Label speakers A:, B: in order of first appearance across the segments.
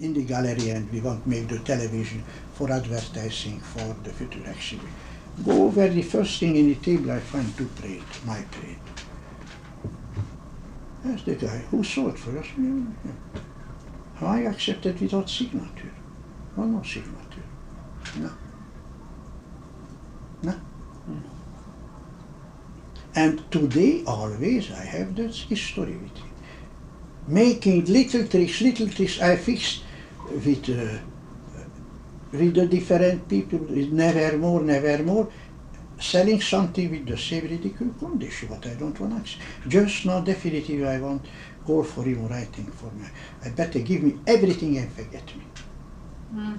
A: in the gallery and we want make the television for advertising for the future exhibit. Go over the first thing in the table I find two plate, my plate. That's the guy who saw it first. Yeah, yeah. I accepted without signature. Oh, no signature. No. No. And today always I have that history with it. Making little tricks, little tricks I fixed with, uh, with the different people, with never more, never more, selling something with the same ridiculous condition, what I don't want to Just now definitive I want all for him writing for me. I better give me everything and forget me.
B: Mm.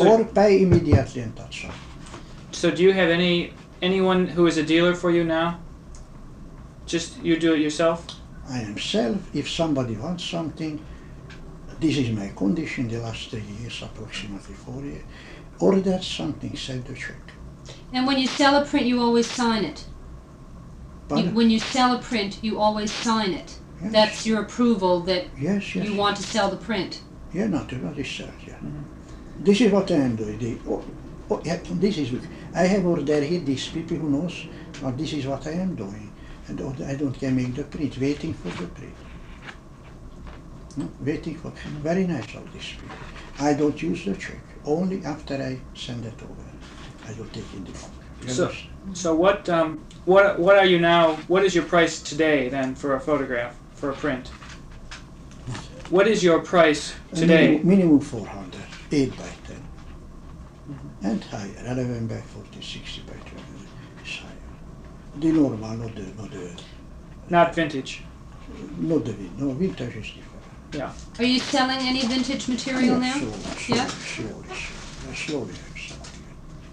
A: or
C: So,
A: pay immediately and that's all.
C: so do you have any anyone who is a dealer for you now? Just you do it yourself?
A: I am self. If somebody wants something, this is my condition the last three years, approximately four years. Order something, send the check.
B: And when you sell a print, you always sign it. You,
A: Pardon?
B: when you sell a print, you always sign it.
A: Yes.
B: That's your approval that
A: yes, yes.
B: you want to sell the print.
A: Yeah, natural research. Yeah. This is what I am doing. The- oh, oh, yeah, this is. I have order here these people who knows. Well, this is what I am doing, and or- I don't can make the print. Waiting for the print. No, waiting for. Very nice of these people. I don't use the check. Only after I send it over. I don't take in the book. dus- You
C: So-
A: understand?
C: So what um, what what are you now? What is your price today then for a photograph for a print? What is your price today?
A: Minimum, minimum 400, 8 by 10. And higher, 11 by 40, 60 by 20 is higher. The normal, not the, not the,
C: Not vintage.
A: not the win- no, vintage is different.
B: Are you selling any vintage material
A: Yeah,
B: now?
A: Slowly, slowly,
B: Yeah?
A: slowly, slowly, slowly I'm selling.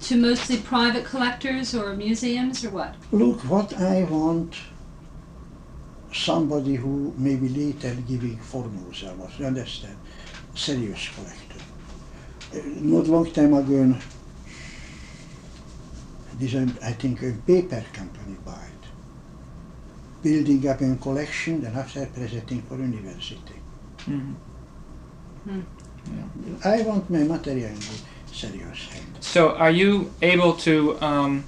B: To mostly private collectors or museums or what?
A: Look, what I want, somebody who maybe later giving Formosa, was, you understand, serious collector. Uh, Not long time ago, in- this um, I think a paper company buy it, building up a collection and after presenting for university.
C: Mhm.
A: I want my material in good, serious hand.
C: So are you able to um,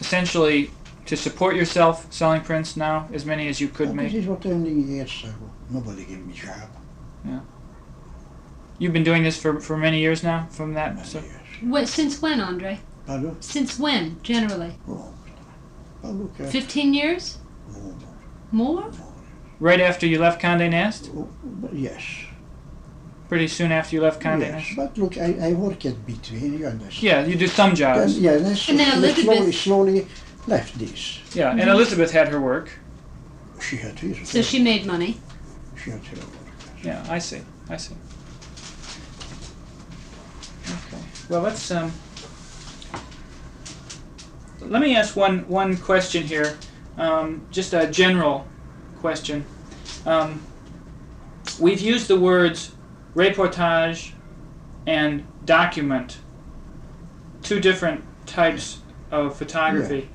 C: essentially to support yourself selling prints now as many as you could
A: But
C: make?
A: This is what I'm doing years ago. Nobody give me job.
C: You've been doing this for, for many years now from that.
A: many
C: So,
A: years.
B: What, since when, Andre?
A: Pardon?
B: Since when, generally?
A: Wrong. But look uh, at
B: 15 years?
A: Rome.
B: More?
C: right after you left Condé Nast,
A: Oh, but yes.
C: pretty soon after you left Condé
A: yes.
C: Nast.
A: But look, I, I work at between, you understand?
C: Yeah, you did some
A: Then,
C: jobs.
A: yeah, then so,
B: And then
A: so slowly,
B: Elizabeth-
A: slowly left this.
C: Yeah, and Elizabeth had her work.
A: She had his
B: So she made money.
A: she had her work.
C: Yeah, I see. I see. Okay. Well, let's um. Let me ask one one question here, um, just a general question. Um, we've used the words reportage and document, two different types of photography.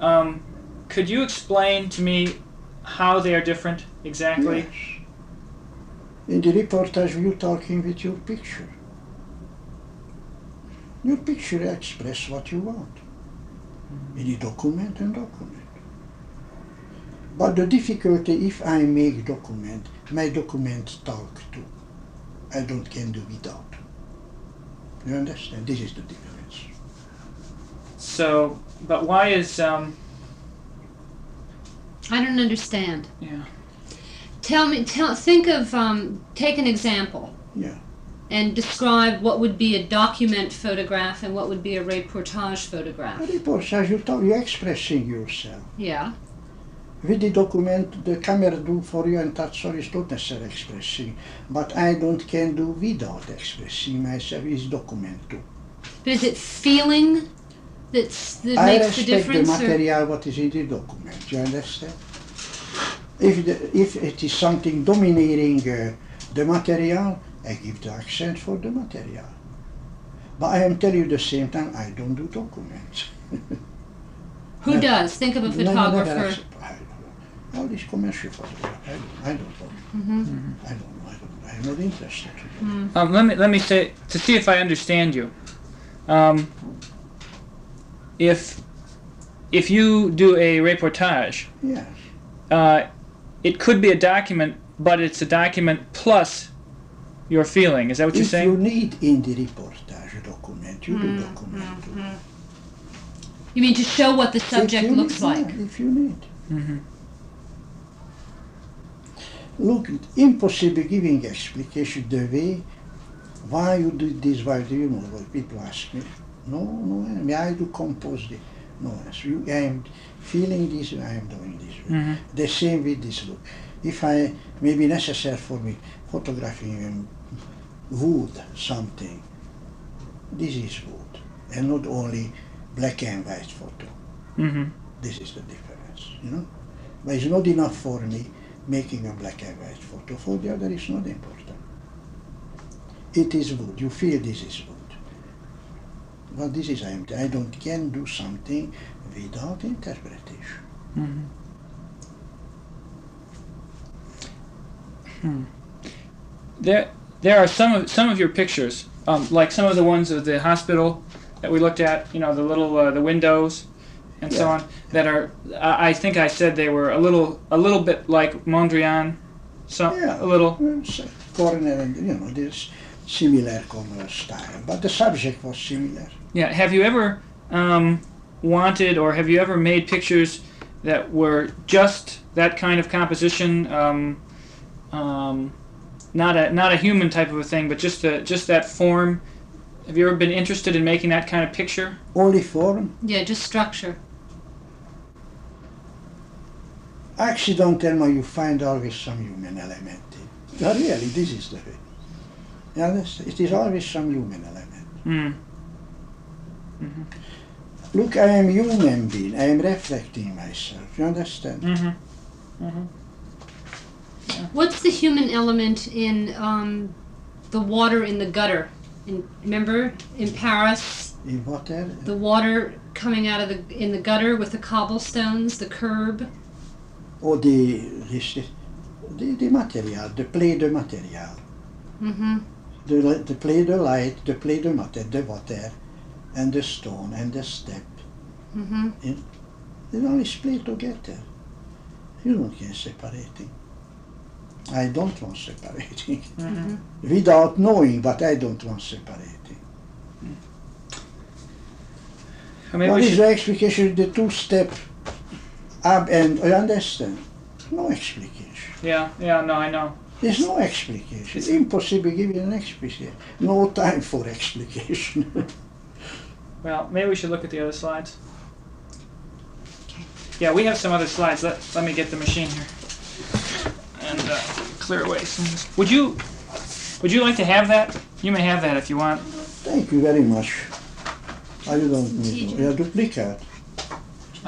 C: Um, could you explain to me how they are different exactly?
A: Yes. In the reportage, you talking with your picture. Your picture express what you want. In the document and document. But the difficulty, if I make document, my document talk too. I don't can do without. You understand? This is the difference.
C: So, but why is um
B: I don't understand.
C: yeah
B: Tell me, tell, think of, um, take an example.
A: Yeah.
B: And describe what would be a document photograph and what would be a reportage
A: A
B: photograph.
A: reportage, you talk, you expressing yourself.
B: Yeah.
A: With the document, the camera do for you, and that's all is not necessarily expressing. But I don't can do without expressing myself. Is document too.
B: But is it feeling that's that
A: I
B: makes the
A: respect the,
B: difference? or-
A: material what is in the document. You understand? If the, if it is something dominating uh, the material, I give the accent for the material. But I am telling you the same time, I don't do documents.
B: Who
A: No.
B: does? Think of a
A: No, no, no,
B: photographer.
A: that's- I don't know. All these commercial photographs, I don't, I don't know.
B: Mhm.
A: I don't know, I don't know, I I'm not interested.
C: Um, let me let me say to see if I understand you. Um, if if you do a reportage,
A: Yes.
C: uh, it could be a document, but it's a document plus your feeling. Is that what you're
A: If you
C: saying?
A: need in the reportage document, you
B: Hmm,
A: do document. too.
B: You mean to show what the
A: If
B: subject
A: you
B: looks
A: need-
B: like?
A: yeah, if you need.
C: Mhm.
A: Look, it's impossible giving explanation the way why you did this, why do you know? But people ask me, no, no, I mean, I do compose the no answer. You, I am feeling this, I am doing this. way.
C: Mhm.
A: The same with this look. If I maybe necessary for me photographing um, wood something, this is wood, and not only black and white photo.
C: Mhm.
A: This is the difference, you know. But it's not enough for me making a black and white photo. For the other, it's not important. It is wood. You feel this is wood. But this is empty. I don't can do something without interpretation.
C: Mhm. Hmm. There, there are some of some of your pictures, um, like some of the ones of the hospital that we looked at. You know, the little uh, the windows and so
A: Yeah.
C: on that are. I, I think I said they were a little a little bit like Mondrian, some
A: Yeah.
C: a little.
A: Well, it's a corner and you know this similar corner style. But the subject was similar.
C: Yeah. Have you ever um, wanted, or have you ever made pictures that were just that kind of composition? Um, um, not a not a human type of a thing, but just a, just that form. Have you ever been interested in making that kind of picture?
A: Only form.
B: Yeah, just structure.
A: Actually, don't tell me you find always some human element. in it. No, really, this is the way. You understand? It is always some human element.
C: Mm.
A: Look, I am human being. I am reflecting myself. You understand?
C: Mm-hmm.
B: What's the human element in um, the water in the gutter? In, remember in Paris,
A: In what area?
B: the water coming out of the in the gutter with the cobblestones, the curb.
A: Or the, this, this- the, the material, the play de material.
B: Mm-hmm.
A: The, li- the play de light, the play de matter, the water, and the stone, and the step.
B: Mm-hmm.
A: They always play together. You don't get separating. I don't want separating.
B: Mhm.
A: Without knowing, but I don't want separating.
C: I mean,
A: what
C: we
A: is
C: should,
A: the explication? The two step up and I understand. No explication.
C: yeah, yeah, no, I know.
A: There's no explication.
C: It's-
A: impossible to give you an explication. No time for explication.
C: Well, maybe we should look at the other slides. Yeah, we have some other slides. Let, let me get the machine here and uh, clear away some. of this. Would you would you like to have that? You may have that if you want.
A: Thank you very much. I don't need
B: Teacher.
A: to. Yeah, duplicate.
C: Uh,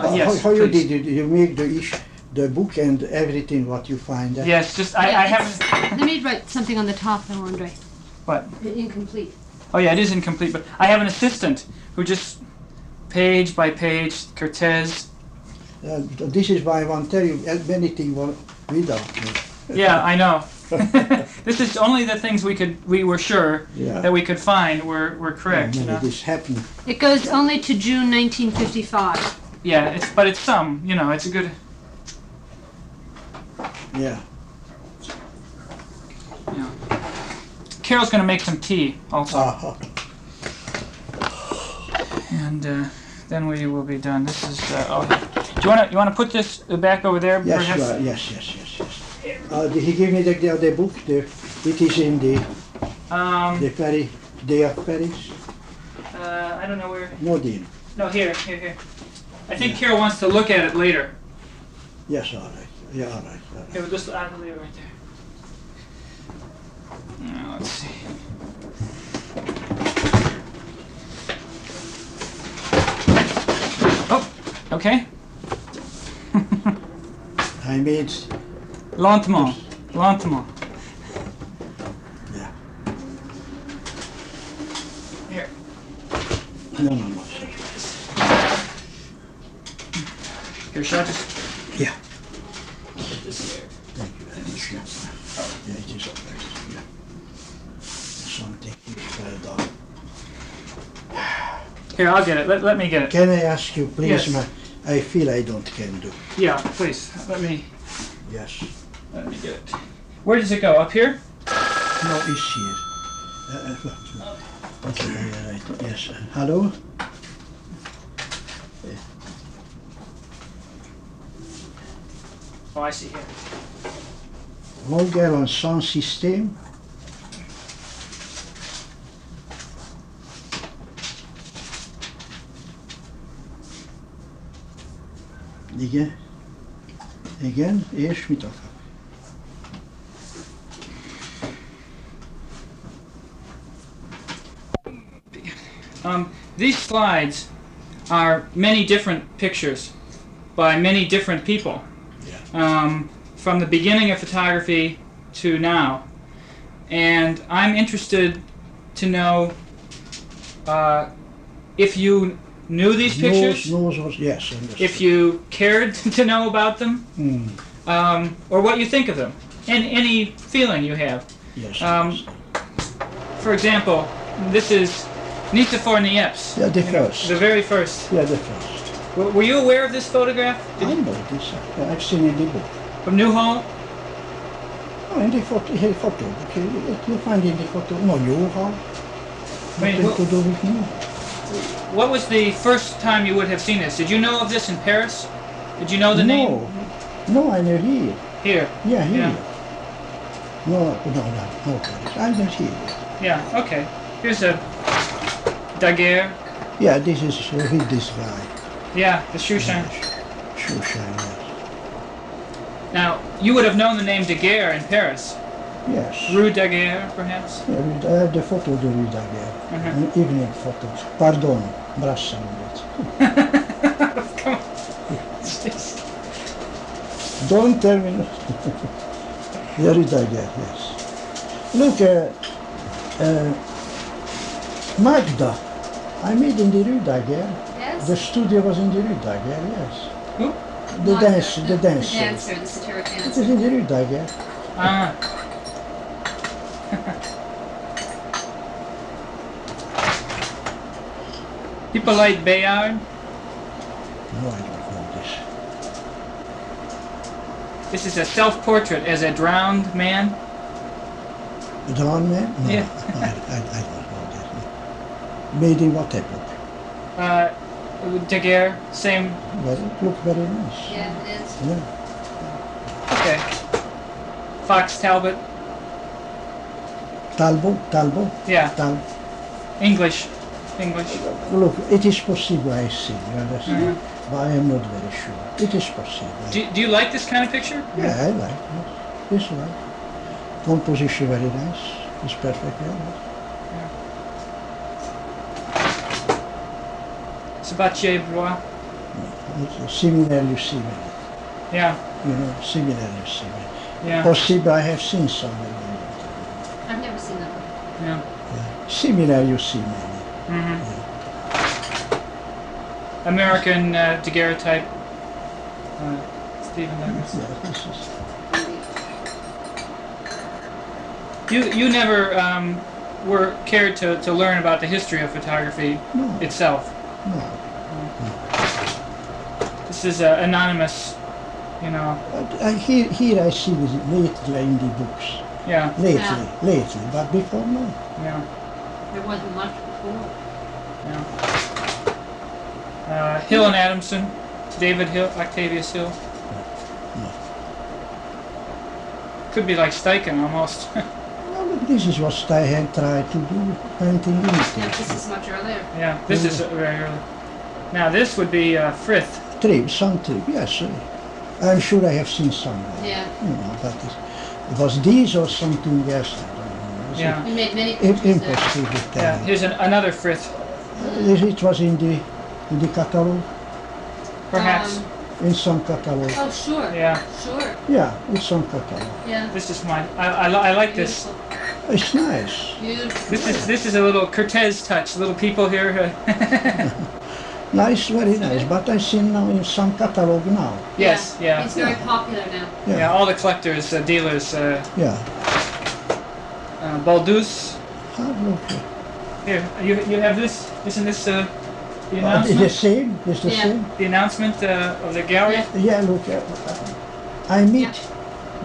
A: How-
C: yes,
A: how you
C: please.
A: did it? You make the ish, the book and everything what you find. there.
C: Yes, just I,
B: Yeah,
C: I
B: it's-
C: haven't.
B: Let me write something on the top, though, Andre.
C: What?
B: Incomplete.
C: Oh yeah, it is incomplete. But I have an assistant who just page by page Cortez.
A: Uh, this is why I want to tell you uh, many things were without me.
C: Yeah, I know. this is only the things we could we were sure
A: Yeah.
C: that we could find were were correct.
A: Yeah,
C: you know?
A: This happened.
B: It goes only to June 1955.
C: Yeah, it's but it's some. You know, it's a good.
A: Yeah.
C: Carol's gonna make some tea also,
A: Uh-huh.
C: and uh, then we will be done. This is. Uh, oh, do you wanna you wanna put this back over there?
A: Yes,
C: perhaps?
A: you are. Yes, yes, yes, yes. Uh, he gave me the, the other book. The, it is in the
C: Um,
A: the Paris, Day of Paris.
C: uh, I don't know where.
A: No, deal.
C: No, here, here, here. I think Carol wants to look at it later.
A: Yes, all right. Yeah, all right. All right.
C: Here, we'll just add the lever right there. Now, let's see. Oh, okay.
A: I made.
C: Lentement, lentement.
A: Yeah.
C: Here.
A: No, no, no. Sorry.
C: Here, shall I just
A: Yeah.
C: put this here?
A: Thank you very much. Yeah. Yeah, it is all right. Yeah. technique fell down.
C: Here, I'll get it. Let, let me get it.
A: Can I ask you, please,
C: Yes.
A: ma- I feel I don't can do.
C: Yeah, please. Let me
A: Yes.
C: let me get it. Where does it go? Up here?
A: No, it's here. Uh, uh, okay, all right. Yes. uh, Hello?
C: Oh, I see here.
A: Vulgaire en sans système. Igen. Igen, és mit akar?
C: Um, these slides are many different pictures by many different people um, from the beginning of photography to now. And I'm interested to know uh, if you knew these pictures,
A: Nose, nose, yes. understood.
C: if you cared to know about them,
A: Mm,
C: um, or what you think of them, and any feeling you have.
A: yes.
C: Um,
A: understood.
C: For example, this is Nikifor Niepce,
A: yeah, the first.
C: the very first.
A: yeah, the first.
C: W- were you aware of this photograph
A: I know this. uh, I've seen it in the book.
C: from Newhall?
A: Oh, in the photo, here photo. Okay, you find in the photo. No, you how?
C: Wait,
A: Nothing
C: what-
A: to do with me.
C: What was the first time you would have seen this? Did you know of this in Paris? Did you know the
A: no,
C: name?
A: no, I know here.
C: Here.
A: Yeah, here.
C: Yeah.
A: No, no, no, no, Paris. I don't hear it.
C: Yeah, okay. Here's a daguerre.
A: Yeah, this is uh, read this right.
C: Yeah, the Shushan.
A: Shushan, yes.
C: Now, you would have known the name daguerre in Paris.
A: Yes.
C: Rue Daguerre, perhaps?
A: Yeah, read- I have the photo de Rue Daguerre.
C: Mhm.
A: An evening photo. Pardon, brassam it.
C: Come on. It's just-
A: Don't tell me. Here it I get, yes. Look, uh, uh, Magda. I made in the Rue Daguerre.
B: Yes?
A: The studio was in the Rue Daguerre, yes.
C: Who?
A: The
B: Not
A: dancer, the dancer.
B: The dancer, the satiric
A: It
B: dancer.
A: is in the Rue Daguerre.
C: Ah. People like Bayard.
A: No, I don't know this.
C: This is a self-portrait as a drowned man.
A: The Dawn Man? No,
C: Yeah.
A: I, I, I don't know this. Made in what epoch?
C: Uh, Daguerre, same.
A: Well, it looked very nice.
B: Yeah, it is.
A: Yeah.
C: Okay. Fox Talbot.
A: Talbot, Talbot,
C: Yeah,
A: Talbot.
C: English. English.
A: Look, it is possible I see, you understand? But I am not very sure. It is possible.
C: Mm-hmm. Do, do you like this kind of picture?
A: yeah, I like it. It's right. Composition very nice. It's perfect. Yeah. right.
C: Sabatier Bois.
A: It's similarly similar.
C: Yeah,
A: You know, similarly similar.
C: yeah,
A: Possible I have seen something like that.
B: I've never seen that one.
C: yeah.
A: Yeah. Similarly similar.
C: hmm American uh, daguerreotype. Uh, Stephen Douglas.
A: Yeah, this is,
C: You you never um, were cared to, to learn about the history of photography
A: no,
C: itself.
A: no.
C: This is uh, anonymous, you know.
A: But I, here, here I see this lately in the books.
C: Yeah,
A: Lately,
B: Yeah.
A: lately, but before no.
C: yeah.
B: There wasn't much before.
C: Uh, Hill and Adamson, David Hill, Octavius Hill.
A: No.
C: Could be like Steichen almost.
A: No, but this is what I had tried to do, painting
B: Yeah,
A: it.
B: this is much earlier.
C: yeah, this is uh, very early. Now this would be uh, Frith.
A: Trip, some trip, yes. uh, I'm sure I have seen some. uh,
B: Yeah.
A: You know, but it, it was these or something else. I don't know. It's
C: Yeah,
B: We made many
A: im-
B: pictures there.
A: Impossible to
C: yeah.
A: tell.
C: Here's an, another Frith,
A: This- It was in the, in the catalog,
C: perhaps.
B: Um,
A: in some catalog.
B: oh, sure.
C: Yeah.
B: Sure.
A: Yeah, in some catalog.
B: Yeah.
C: This is mine. I, I, li- I like this.
B: Beautiful.
A: It's nice.
B: Beautiful.
C: This is this is a little Cortez touch. Little people here. uh,
A: Nice, very nice. But I see now in some catalog now.
C: yes, yeah,
B: He's very popular now.
A: Yeah.
C: yeah. All the collectors, uh, dealers, uh,
A: Yeah.
C: uh, Baldus,
A: have no problem.
C: Here, you, you have this. Isn't this uh, the
A: Uh, it's the
C: announcement?
A: same, it's the
B: Yeah.
A: same.
C: The announcement uh, of the gallery?
B: Yeah.
A: Yeah, look, uh, I meet.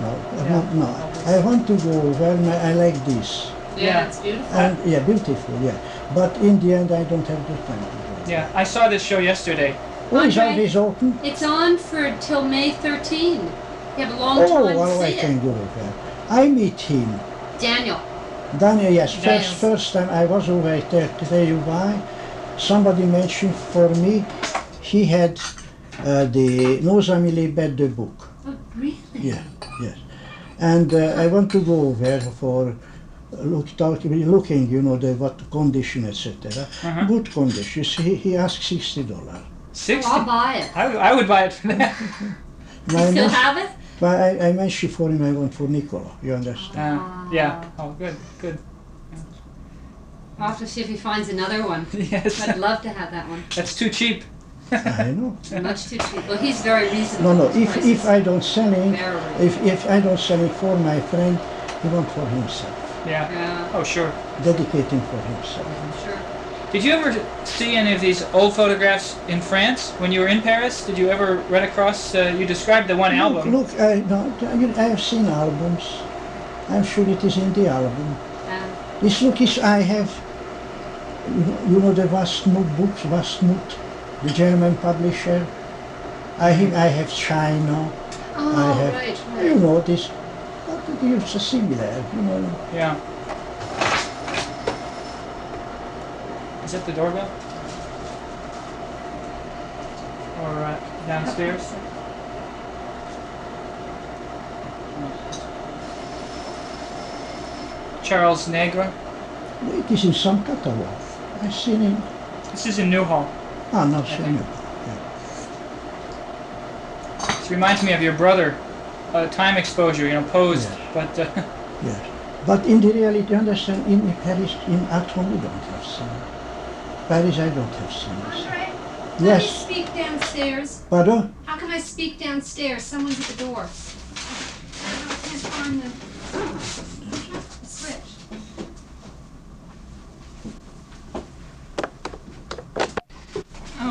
A: No, I
C: Yeah.
A: want, no, I want to go where my, I like this.
C: Yeah.
D: Yeah, it's
B: Uh,
D: beautiful.
A: And yeah, beautiful, yeah. But in the end, I don't have the time to go.
C: Yeah, I saw this show yesterday.
A: Oh, is all
B: Andre?
A: this open?
B: It's on for till May 13. You have a long
A: Oh,
B: time
A: well,
B: to
A: I
B: see
A: can
B: it.
A: go there. I meet him.
B: Daniel.
A: Daniel, yes, first,
D: Daniels.
A: first time I was over there, tell you why. Somebody mentioned for me, he had uh, the Nos Amis les Bêtes de book.
B: Oh, really?
A: Yeah, yes. And uh, I want to go over for look, talk, looking, you know, the what condition, etc.
C: Uh-huh.
A: Good condition. He, he asked sixty dollars.
B: Oh,
C: 60.
B: I'll
C: I,
B: buy it.
C: w- I would buy it for that.
D: You still have it?
A: I, I mentioned for him, I want for Nicola. You understand?
C: Uh, yeah.
B: Ah.
C: Oh, good, good.
B: I'll have to see if he finds another one.
C: Yes.
B: I'd love to have that one.
C: That's too cheap. Uh.
A: I know.
B: Much too cheap. Well, he's very reasonable.
A: No, no.
B: with
A: If
B: prices.
A: if I don't sell it,
B: Very reasonable.
A: if if I don't sell it for my friend, he want for himself,
C: Yeah.
B: Yeah,
C: Oh, sure.
A: dedicating for himself.
B: sure.
C: Did you ever see any of these old photographs in France when you were in Paris? Did you ever run across? Uh, you described the one album.
A: Look, I no, I have seen albums. I'm sure it is in the album.
B: Uh,
A: This look is I have, you know, you know the Wasmut books, Wasmut, the German publisher. I have, I have China, I
B: oh,
A: have,
B: right,
A: you
B: right.
A: know this, but it's similar, you know.
C: Yeah. Is that the doorbell? Or uh, downstairs? Charles Negra.
A: It is in some catalog. I seen it.
C: This is in Newhall.
A: Ah, not seen it.
C: This reminds me of your brother. Uh, time exposure, you know, posed,
A: Yes.
C: but uh,
A: Yes, but in the reality, you understand, in Paris, in at home, we don't have cinema. Paris, I don't have cinema.
D: Andre, let me
A: Yes,
D: speak downstairs.
A: pardon.
D: How can I speak downstairs? Someone's at the door. I can't find the the switch.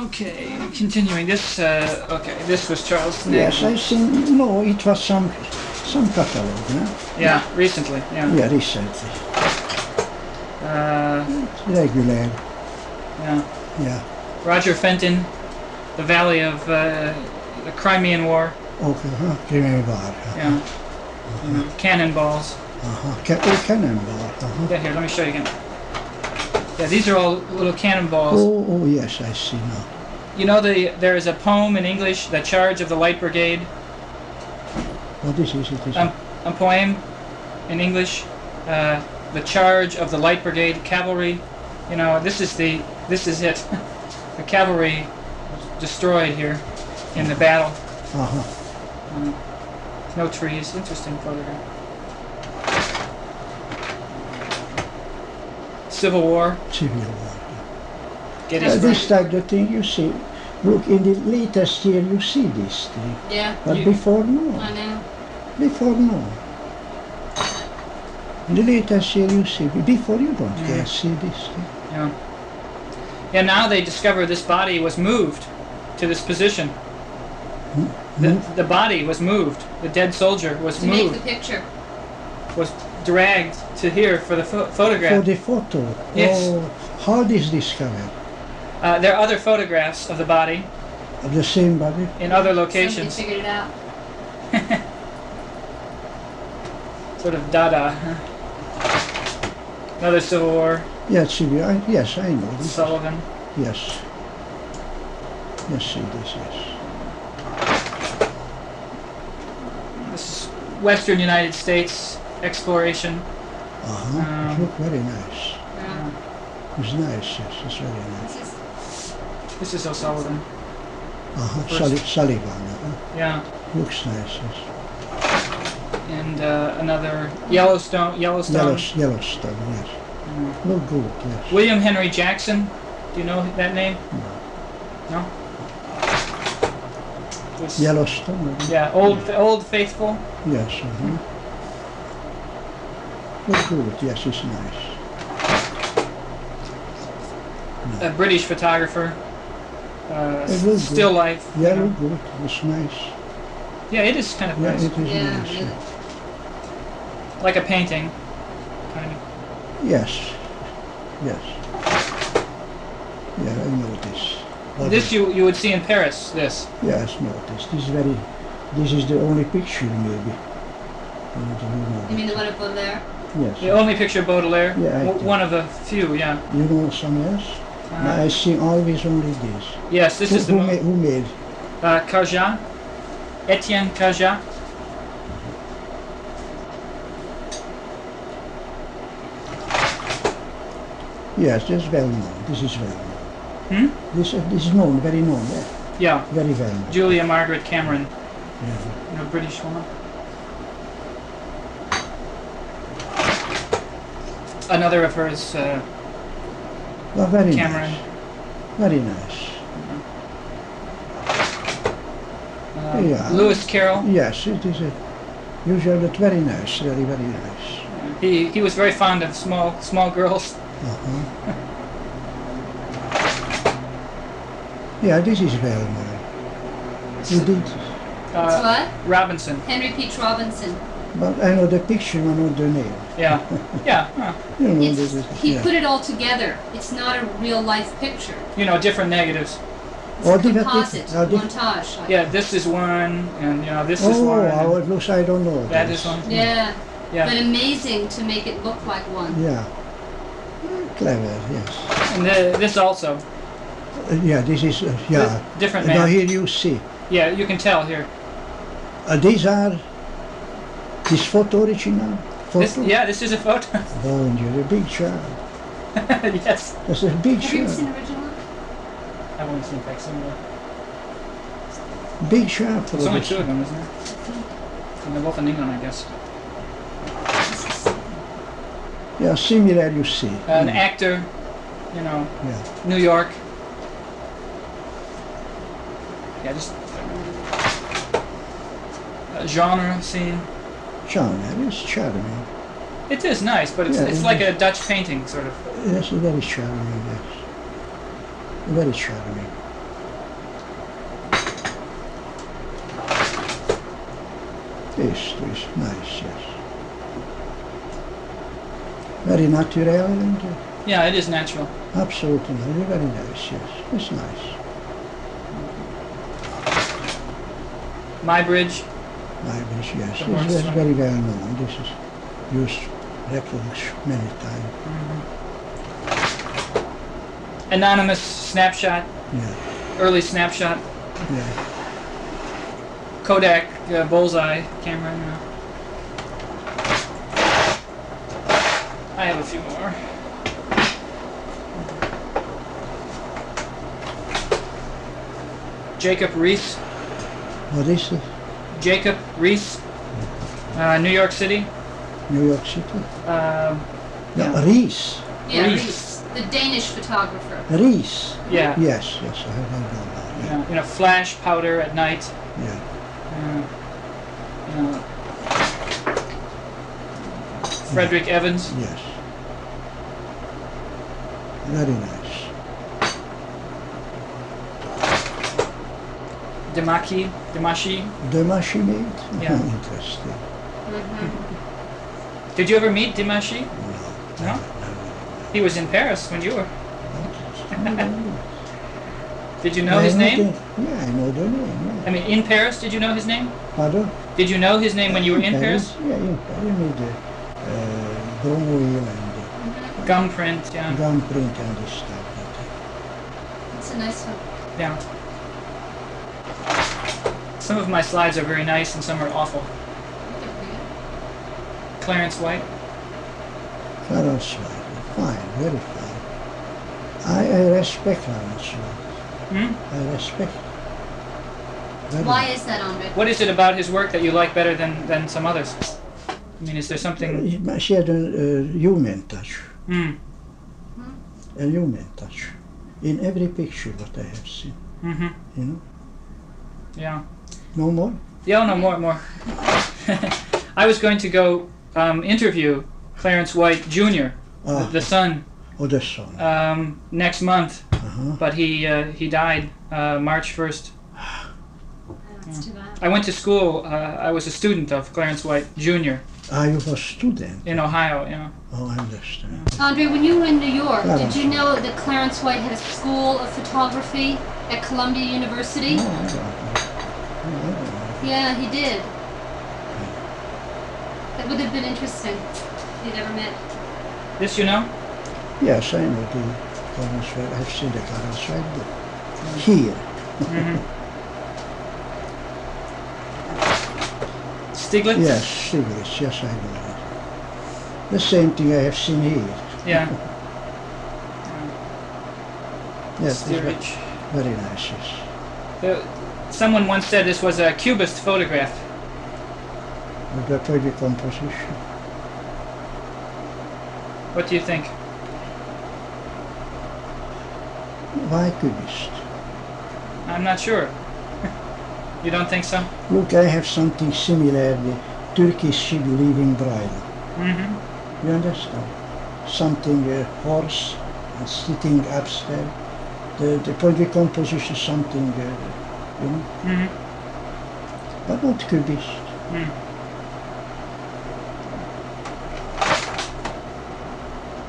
C: okay. Continuing this, uh, okay, this was Charles Negra.
A: Yes, I seen. No, it was some some catalog. No?
C: Yeah, recently. Yeah.
A: Yeah, recently.
C: Uh,
A: Regular,
C: yeah.
A: yeah.
C: Roger Fenton, The Valley of uh, the Crimean War.
A: Okay, huh? Creamy bar. huh?
C: Yeah. You know, cannonballs.
A: Uh-huh. Ca- oh, cannon bar. Uh-huh.
C: Yeah, here, let me show you again. Yeah, these are all little cannonballs.
A: Oh, oh, yes, I see now.
C: You know, the there is a poem in English, "The Charge of the Light Brigade,"
A: What is it? It is
C: Um, a poem in English, uh, "The Charge of the Light Brigade Cavalry." You know, this is the this is it. the cavalry was destroyed here in the battle.
A: uh-huh.
C: No trees. Interesting photograph. Civil War.
A: civil war. Uh,
C: Gettysburg.
A: this type of thing you see. Look, in the latest year you see this thing,
B: Yeah,
A: but
C: You-
A: before no.
B: I know.
A: Before no. In the latest year you see, before you don't
C: Mm.
A: get see this thing.
C: Yeah. Yeah. Now they discover this body was moved to this position. The, the body was moved. The dead soldier was
B: To make the
C: moved.
B: picture.
C: Was dragged to here for the pho-
A: For
C: photograph.
A: the photo.
C: Yes.
A: Oh, how this discovered?
C: Uh, there are other photographs of the body
A: Of the same body?
C: in other
B: Somebody
C: locations.
B: figured it out.
C: Sort of Dada. huh? Another Civil War.
A: Yes, civil. I, yes, I know. this.
C: Sullivan.
A: Yes. Yes, see this, yes.
C: This is Western United States exploration.
A: Uh-huh. it
C: Um,
A: look very nice.
B: Yeah.
A: It's nice, yes, it's very nice.
B: It's just-
C: This is O'Sullivan.
A: Uh-huh.
C: First-
A: Sulli- Sullivan, uh-huh.
C: Yeah,
A: looks nice, yes.
C: and uh, another Yellowstone. Yellowstone.
A: Yellows- Yellowstone, yes.
C: Mm.
A: Look good, yes.
C: William Henry Jackson. Do you know that name? No. This-
A: Yellowstone, uh,
C: Yeah, old old faithful.
A: yes, uh-huh. Look good, yes, it's nice.
C: a British photographer. Uh,
A: It was good.
C: still life. you
A: Yeah,
C: know.
A: look good. It's nice.
C: Yeah, it is kind of
A: Yeah,
C: nice.
A: it is
B: Yeah,
A: nice.
B: really.
C: Like a painting. Kind of.
A: Yes. Yes. Yeah, I noticed. But
C: This you, you would see in Paris, this.
A: Yes, noticed. This is very. This is the only picture maybe. I don't know.
B: You mean the one up on there?
A: Yes.
C: The only picture of Baudelaire.
A: Yeah, I
C: W-
A: do.
C: one of the few, yeah.
A: You know some else?
C: Uh,
A: I see always only this.
C: yes, this
A: who,
C: is the
A: who
C: mo-
A: ma- who made?
C: uh, Carjat, Etienne Carjat.
A: Yes, this is well known. This is well known.
C: Hmm?
A: This, uh, this is known, very known, eh,
C: Yeah,
A: very well known.
C: Julia Margaret Cameron,
A: Yeah.
C: you know, British woman. Another of hers, uh,
A: Well, very
C: Cameron.
A: nice. Very nice.
C: uh,
A: Yeah.
C: Lewis Carroll.
A: Yes, it is a, usually but very nice, very, very nice.
C: He, he was very fond of small small girls.
A: Uh-huh. Yeah, this is well known. You did,
C: Uh,
B: what?
C: Robinson.
B: Henry Peach Robinson.
A: but I know the picture, I know the name.
C: Yeah, yeah. huh.
A: You know, this is,
B: It's, he
A: yeah.
B: put it all together. It's not a real life picture.
C: You know, different negatives.
B: It's
A: Oh,
B: a
A: different
B: composite
A: picture. Oh, diff-
B: montage. like-
C: Yeah, this is one, and you know, this is
A: Oh,
C: one. and
A: how it looks, I don't know.
C: That
A: this.
C: is one.
B: Yeah, but
C: Yeah,
B: amazing to make it look like one.
A: Yeah. Clever, yes.
C: and the, this also.
A: Uh, yeah, this is, uh, yeah.
C: This- different
A: Now
C: man.
A: here you see.
C: Yeah, you can tell here.
A: Uh, these are this photo original photo.
C: This, yeah, this is a photo.
A: Oh, you're a big child.
C: yes.
A: That's a big
D: Have you ever seen
A: child.
D: the original?
C: I've only seen facsimile.
A: Big child for
C: There's only two of them, isn't there? And they're both in England, I guess.
A: Yeah, similar you see.
C: An
A: Mm.
C: actor, you know,
A: Yeah.
C: New York. Yeah, just a genre scene.
A: Charming, that is charming.
C: It is nice, but it's,
A: Yeah,
C: it's
A: it
C: like a Dutch painting, sort of.
A: That's a very charming, yes. Very charming. This, this, nice, yes. Very natural and uh,
C: Yeah, it is natural.
A: Absolutely, very, very nice, yes. It's nice.
C: My Bridge.
A: Libraries, yes.
C: The
A: It's,
C: horse
A: it's very well known. This is used records many times.
C: Anonymous snapshot,
A: Yeah,
C: early snapshot.
A: yeah.
C: Kodak uh, bullseye camera. you know. I have a few more. Jacob Reese.
A: What is it?
C: Jacob Reese. Uh, New York City.
A: New York City?
C: Um
A: No,
C: Yeah.
A: Reese.
B: Yeah,
C: Reese.
B: Reese, the Danish photographer.
A: Reese.
C: yeah. You
A: Yes, yes, I have heard of that.
C: know, you know, flash powder at night.
A: Yeah. yeah.
C: Uh, you know. Frederick Evans.
A: Yes. Very nice.
C: Demaki. Demashi.
A: Demashi made?
C: Yeah.
A: Interesting.
B: Mhm.
C: Did you ever meet Dimashi?
A: No.
C: No? He was in Paris when you were. Did you know
A: I
C: his name?
A: The, yeah, I know the name. Yeah.
C: I mean, in Paris, did you know his name?
A: Pardon?
C: Did you know his name when you were in Paris?
A: Yeah, in Paris. You made the uh, Bromoil and the
B: Mm-hmm.
C: Gum print, yeah.
A: Gum print and this stuff. uh,
B: It's a nice one.
C: yeah. Some of my slides are very nice and some are awful. Clarence White.
A: Clarence White, fine, very fine. I, I respect Clarence White.
C: Hmm?
A: I respect. Very
B: Why is that on record?
C: What is it about his work that you like better than, than some others? I mean, is there something.
A: much. She had a uh, human touch,
C: Hmm.
A: a human touch, in every picture that I have seen.
C: hmm
A: You know,
C: Yeah.
A: no more.
C: Yeah, oh, no, more, more. I was going to go um, interview Clarence White Jr.,
A: Ah,
C: the, the son
A: oh, the son.
C: um, next month
A: Uh-huh.
C: but he uh, he died uh, March first.
B: Oh, That's too bad.
C: I went to school. Uh, I was a student of Clarence White Jr.
A: Ah, you were student.
C: in Ohio. You know,
A: Oh, I understand.
B: Andre, when you were in New York,
A: Clarence.
B: did you know that Clarence White had a school of photography at Columbia University?
A: Oh, I don't know. Oh,
B: Yeah, he did. That would have been interesting. You never met.
C: this you know.
A: I don't know. Yes, I know the Clarence White. I've seen the Clarence White book. Here.
C: Stiglitz.
A: Yes, cigarettes. Yes, I know. it. The same thing I have seen here.
C: Yeah.
A: Yes, it's ve-
C: Steerage.
A: very nice. Yes.
C: Uh, Someone once said this was a cubist photograph.
A: Would that be the composition?
C: What do you think?
A: Why cubist?
C: I'm not sure. you don't think so?
A: Look, I have something similar, the Turkish ship leaving bridal.
C: Mm-hmm.
A: You understand? Something, a horse uh, sitting upstairs. The, the project composition, something, uh, you know,
C: Mm-hmm.
A: but not cubist.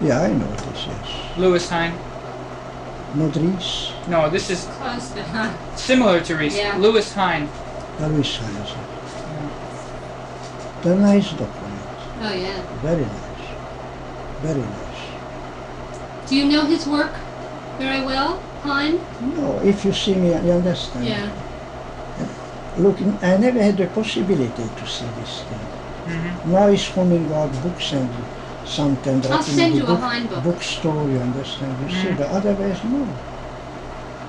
A: Yeah, I know this, yes.
C: Lewis Hine.
A: Not Reese,
C: No, this is
B: Close, but huh?
C: similar to Reese.
B: Yeah.
C: Lewis Hine.
A: Louis Hansen. They're nice document,
B: Oh, yeah.
A: very nice, very nice.
B: Do you know his work very well, Hein?
A: No, if you see me, you understand.
B: Yeah.
A: Look, I never had the possibility to see this thing.
C: Mm-hmm.
A: Now it's coming out books and sometimes
B: I'll send you a
A: book,
B: Hein book.
A: bookstore, you understand? You see,
C: Mm.
A: but otherwise no.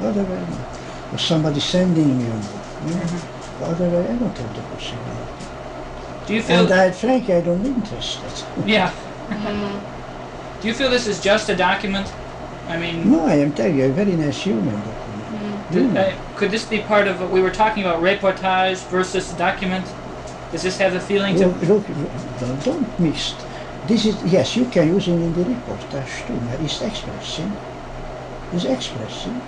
A: Otherwise no. Or somebody sending me a book. You know?
B: Mm-hmm.
A: But otherwise I don't have the possibility.
C: Do you feel?
A: And I frankly I don't interested.
C: yeah.
B: Mm.
C: Do you feel this is just a document? I mean,
A: no, I am telling you, a very nice human document.
C: th-
B: Mm-hmm.
A: Really.
C: uh, could this be part of? We were talking about reportage versus document. Does this have the feeling to?
A: Look, look, don't- don't mix. This is yes, you can use it in the reportage too. but It's expressing, it's expressing.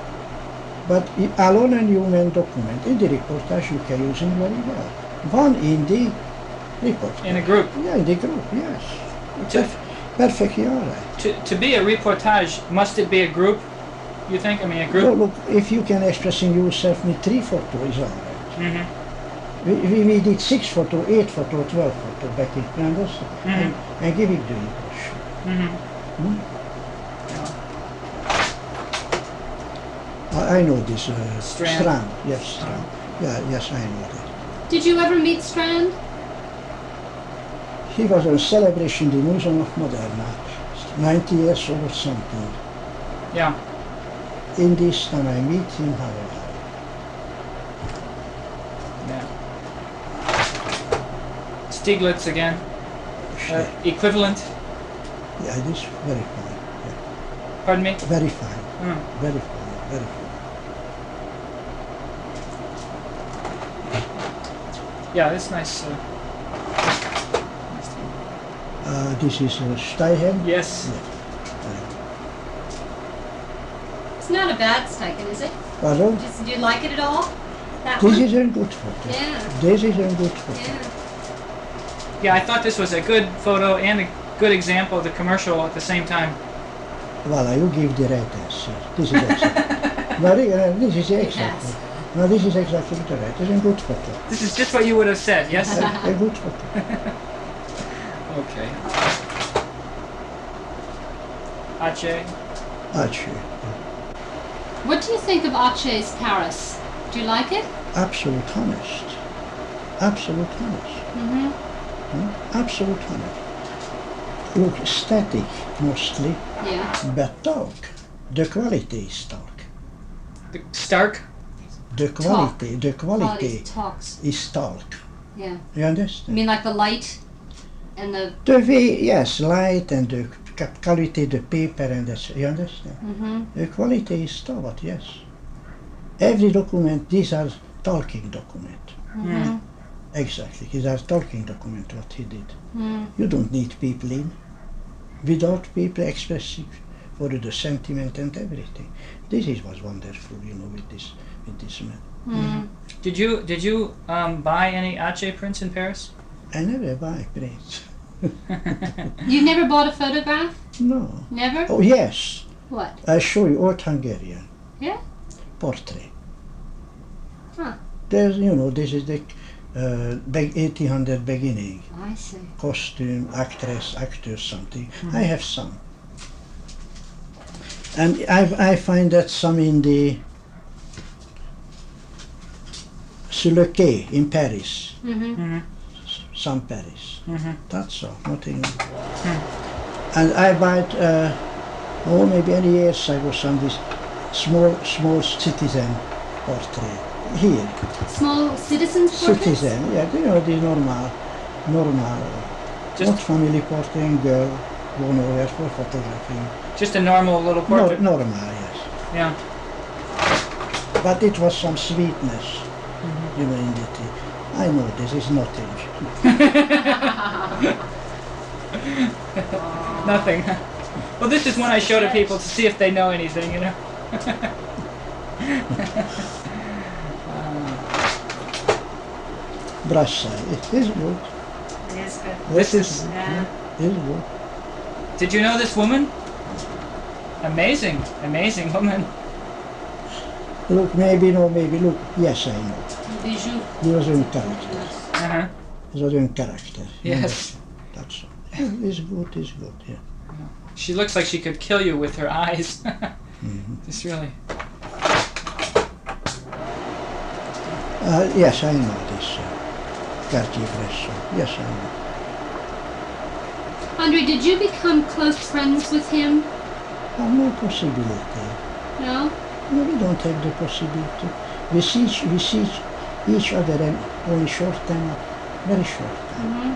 A: But i- alone and human document in the reportage you can use it very well. One in the reportage.
C: In a group.
A: Yeah, in the group. Yes,
C: To,
A: Perf- perfectly all right.
C: to, to be a reportage, must it be a group? You think? I mean, a
A: No,
C: group.
A: Oh, look, if you can express in yourself with three photo is all right.
C: Mm-hmm.
A: We, we, we did six photo, eight photo, twelve photo back in Flanders, and, and give it the impression.
C: Mm-hmm.
A: I I know this uh,
C: Strand.
A: Strand. Yes, Strand. Yeah, yes, I know that.
B: Did you ever meet Strand?
A: He was on celebration in the Museum of Modern Art, 90 years old or something.
C: Yeah.
A: In this time I meet him, however.
C: Yeah. Stieglitz again. Uh,
A: Sure.
C: equivalent.
A: Yeah, this very fine,
C: Pardon me.
A: very fine,
C: Mm.
A: very fine, very fine.
C: Yeah, that's nice. Uh,
A: Uh, this is uh, Steihem.
C: yes.
B: It's not a bad stipend, is it?
A: Pardon?
B: Just, do you like it at all? That
A: This
B: one?
A: is a good photo.
B: Yeah,
A: This is a good photo.
B: yeah.
C: Yeah, I thought this was a good photo and a good example of the commercial at the same time.
A: Voilà, you give the right answer. This is exactly. now, re- uh, this is exactly.
B: Yes.
A: Now, this is exactly the right. It's a good photo.
C: This is just what you would have said, yes?
A: a, a good photo.
C: okay. Ache.
A: Actually,
B: What do you think of Ache's Paris? Do you like it?
A: absolute honest. Absolute honest.
B: Mm-hmm.
A: hmm? Absolute honest. Look, static mostly,
B: Yeah.
A: but talk. The quality is talk.
C: The Stark.
A: The quality, the
B: Quality
A: quality
B: talks.
A: is talk.
B: Yeah.
A: You
B: I
A: understand?
B: mean, like the light and the.
A: The way, yes, light and the ca- quality, the paper and that's, you understand?
B: Mm-hmm.
A: The quality is thought, yes. Every document, these are talking document.
B: Mm-hmm.
A: Exactly, these are talking document what he did.
B: Mm.
A: You don't need people in. Without people expressing for the sentiment and everything. This is was wonderful, you know, with this with this man.
B: Mm.
C: Did you did you um, buy any Aceh prints in Paris?
A: I never buy prints.
B: You never bought a photograph?
A: No.
B: Never?
A: Oh yes,
B: What?
A: I show you old Hungarian.
B: Yeah?
A: Portrait.
B: Huh.
A: There's you know this is the uh, be- 1800 beginning
B: I see.
A: costume actress actor something. I have some. And I I find that some in the sur le quai in Paris.
B: Mm-hmm.
A: some Paris.
C: Mhm.
A: That's all, nothing. And I bought, uh, oh, maybe any years I was on this small, small citizen portrait here.
B: Small citizens portraits?
A: Citizen, yeah, you know, the normal, normal,
C: Just-
A: not family portraying girl, gone over for photographing.
C: Just a normal little
A: No,
C: portrait.
A: normal, yes.
C: Yeah.
A: But it was some sweetness,
D: Mhm.
A: you know, in the tea. I know this is nothing.
C: Nothing. Well, this is one I show to people to see if they know anything, you know.
A: Brassa, it is good.
D: It is good.
C: This is.
D: Yeah.
A: It is good.
C: Did you know this woman? Amazing, amazing woman.
A: Look, maybe, no, maybe, look, yes, I know.
B: Bijou.
A: He was in character.
C: Uh
A: Uh-huh.
C: huh.
A: He was in character.
C: Yes.
A: That's all. It's good, it's good, yeah.
C: She looks like she could kill you with her eyes.
A: Mm-hmm.
C: Just really.
A: Uh, yes, I know this. Uh, Cartier-Bresson. Yes, I know.
B: Andre, did you become close friends with him?
A: Oh, no possibility.
B: No?
A: No, we don't have the possibility. We see, each- we see each- each other in only short time, very short time.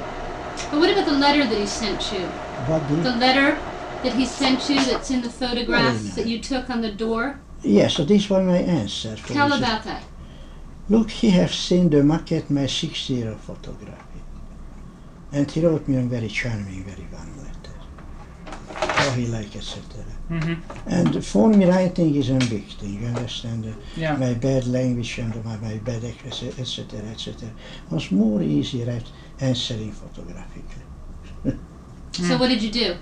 B: But what about the letter that he sent you? The
A: Body.
B: letter that he sent you that's in the photograph
A: Very nice.
B: that you took on the door?
A: Yes, so this was my answer. for
B: Tell
A: this.
B: about that.
A: Look, he have seen the maquette, my six-year photography. And he wrote me a very charming, very warm letter. How he like, etc. Mm-hmm.
C: Mhm.
A: And for me, writing is a big thing, you understand? uh,
C: Yeah.
A: My bad language and my, my bad, etc., etc. was more easy right, answering photographically.
B: So what did you do?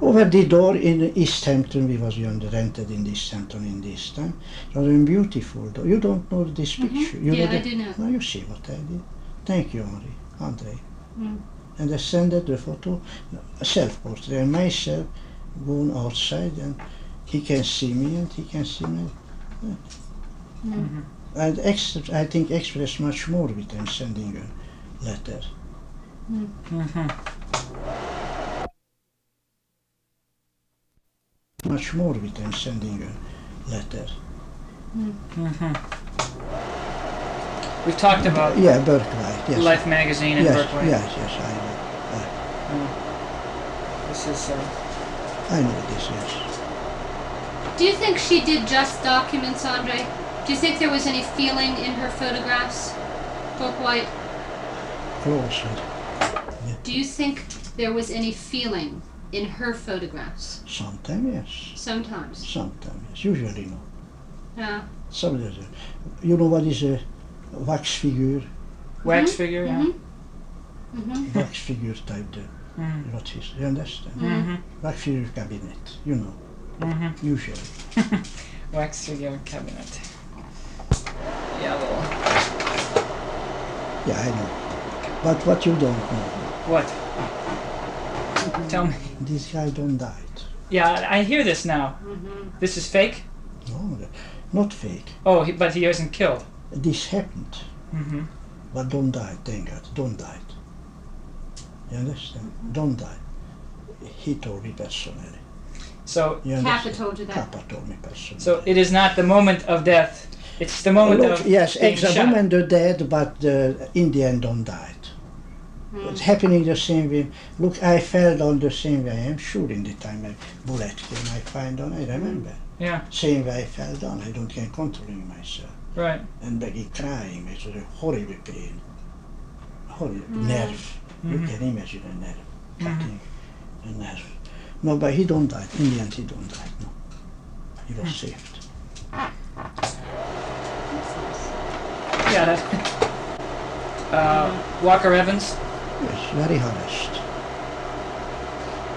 A: Over the door in East Hampton, we was on the- rented in East Hampton in this time. It was a beautiful door. You don't know this picture. You
B: Mhm. Yeah,
A: know
B: I
A: the-
B: do know.
A: Now you see what I did. Thank you, Henri, Andre.
B: Mm.
A: And I sent her the photo, a self-portrait, and myself going outside, and he can see me, and he can see me.
B: Mm.
A: Yeah.
B: Mhm.
A: And except, I think express much more with him sending a letter. Mm-hmm.
C: Mhm.
A: Much more with him sending a letter.
C: Mhm. We've talked about
A: Yeah, Berklight, yes.
C: Life magazine in
A: yes,
C: Berkeley.
A: yes, yes, I
C: This is. Uh,
A: know. I know this, yes.
B: Do you think she did just documents, Andre? Do you think there was any feeling in her photographs? Book White,
A: Closer,
B: do you think there was any feeling in her photographs?
A: sometime yes,
B: Sometimes. Uh,
A: sometime yes, usually no.
B: Yeah.
A: Some there's a- you know what is a wax figure,
C: wax figure. Yeah.
B: Mhm. Mhm.
A: wax figure type, the,
C: Mm.
A: what is, you understand?
C: Mhm.
A: Wax figure cabinet, you know, Mm-hmm.
C: Mhm.
A: usually.
C: Wax figure cabinet. Yellow.
A: Yeah, I know. But what you don't know,
C: What? Tell me.
A: this guy don't die.
C: Yeah, I I hear this now.
B: Mhm.
C: This is fake.
A: No, not fake.
C: Oh, he, but he wasn't killed.
A: This happened,
C: Mhm.
A: but don't die, thank God, don't die. You understand? Don't die. He told me personally.
C: So,
A: You
B: Kappa
A: understand?
B: told you that.
A: Kappa told me personally.
C: so it is not the moment of death. It's the moment
A: Look,
C: of
A: yes,
C: being
A: examine
C: shot.
A: women are dead, but uh, in the end don't died. It's happening the same way. Look, I fell on the same way. I'm sure in the time I bullet came, I find on. I remember.
C: Yeah.
A: Same way I fell down. I don't get controlling myself
C: Right.
A: and begging, crying. It was a horrible pain, horrible nerve. You
C: Mhm. Mm-hmm.
A: can imagine a nerve cutting, a nerve. No, but he don't die. In the end, he don't die. No, he was
C: Mm.
A: saved.
B: Mm-hmm.
C: Yeah, that's. Uh, Walker Evans.
A: Yes, very harassed.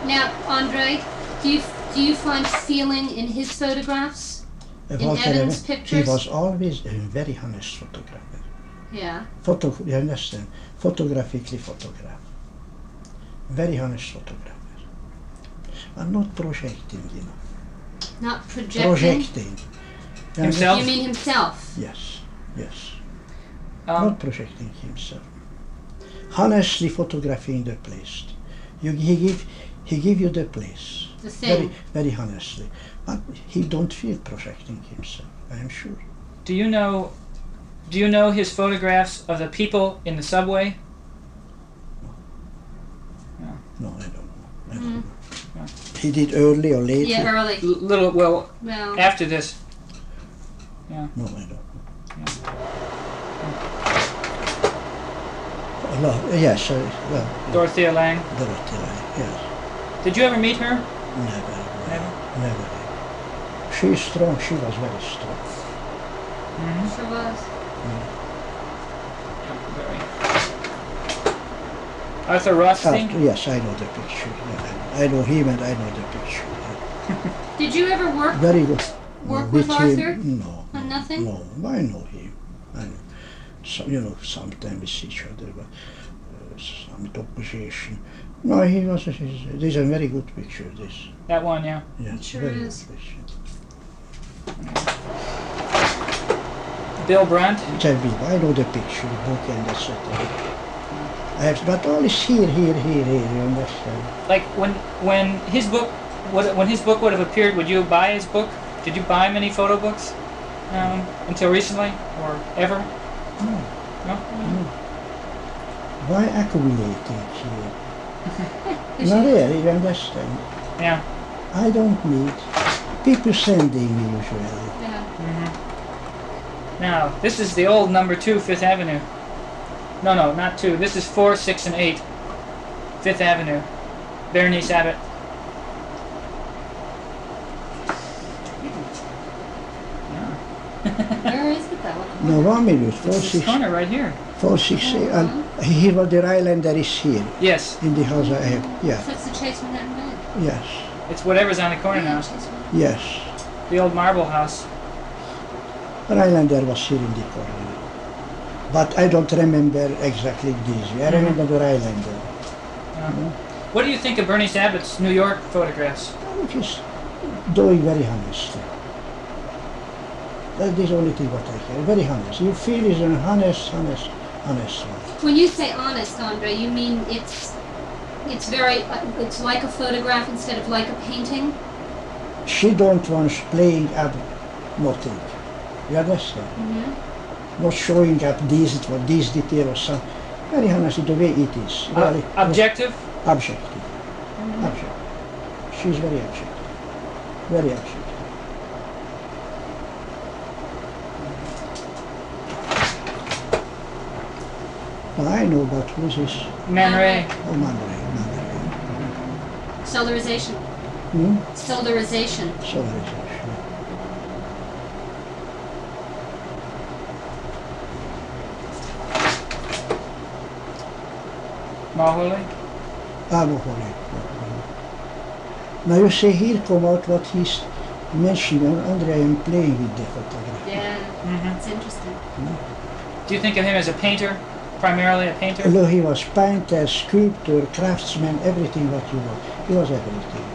B: Now, Andre, do you do you find feeling in his photographs?
A: And
B: In
A: Walter
B: Evans'
A: Evans, He
B: pictures?
A: was always a very honest photographer.
B: Yeah.
A: Photo, you understand? Photographically photograph. Very honest photographer. I'm not projecting, you know.
B: Not projecting.
A: Projecting. You
C: Himself?
B: You mean himself?
A: Yes, yes.
C: Um,
A: not projecting himself. Honestly photographing the place. You, he give he give you the place
B: The
A: very
B: thing.
A: very honestly, but he don't feel projecting himself. I am sure.
C: do you know? Do you know his photographs of the people in the subway?
A: No, I don't know. I don't
B: Mm.
A: know. He did early or later.
B: Yeah, early.
C: L- little well
B: Well,
C: after this.
A: No, I don't know. No, yes, I, well,
C: Dorothea Lange.
A: Dorothy, I- yes,
C: Did you ever meet her?
A: never, never, never. She is strong. She was very strong.
B: sure was.
C: Very. Arthur Rothstein.
A: Ah, yes, I know the picture. yeah. I know him and I know the picture. yeah.
B: Did you ever work?
A: Very good.
B: Work with Arthur?
A: Him, no.
B: On
A: no,
B: nothing?
A: No, I know him. I know. So, you know, sometimes we see each other, but uh, some conversation. No, he was. he's- This is a very good picture. This.
C: That one, yeah.
A: Yes,
B: It sure
A: very good
B: is.
A: picture.
C: Bill Brunt.
A: Tell me, I know the picture, the book, and that's it. I have, but all is here, here, here, here. You understand?
C: Like when when his book would, when his book would have appeared, would you buy his book? Did you buy many photo books um, until recently or ever? No.
A: Why accumulating here?
B: Did
A: No,
B: you-
A: really, you understand?
C: Yeah.
A: I don't need. People sending me usually.
B: Yeah.
C: Now this is the old number two Fifth Avenue. No, no, not two. This is four, six, and eight. Fifth Avenue. Bernice Abbott.
B: Where is it though?
A: No, one minute,
C: This is
A: 468.
C: corner right here.
A: And here what the Highlander is here,
C: Yes,
A: in the house I have. Yeah,
D: So it's the chase from that man.
A: yes,
C: it's whatever's on the corner now.
D: Chase from-
A: yes.
C: The old marble house.
A: Highlander was here in the corner. But I don't remember exactly this. I remember the Highlander.
C: What do you think of Bernice Abbott's New York photographs?
A: Which is doing very honestly. That is the only thing what I hear. Very honest. You feel is an honest, honest, honest one.
B: When you say honest, Andre, you mean it's it's very it's like a photograph instead of like a painting.
A: She don't want playing up nothing. You understand?
B: Mm-hmm.
A: not showing up this it was this detail or some very honestly the way it is really
C: Uh, objective?
A: objective objective she's very objective very objective well I know about who's this
C: Man Ray.
A: oh man Ray, Man Ray.
B: Solarization.
A: Hmm?
B: Solarization.
A: so there is actually
C: Maholi.
A: I'm a holy now you see here come out what he's mentioning Andre I'm playing with the photograph
B: Yeah,
C: hmm
B: it's interesting.
C: Do you think of him as a painter? Primarily a painter?
A: Although he was painter, sculptor, craftsman, everything what you want. He was everything.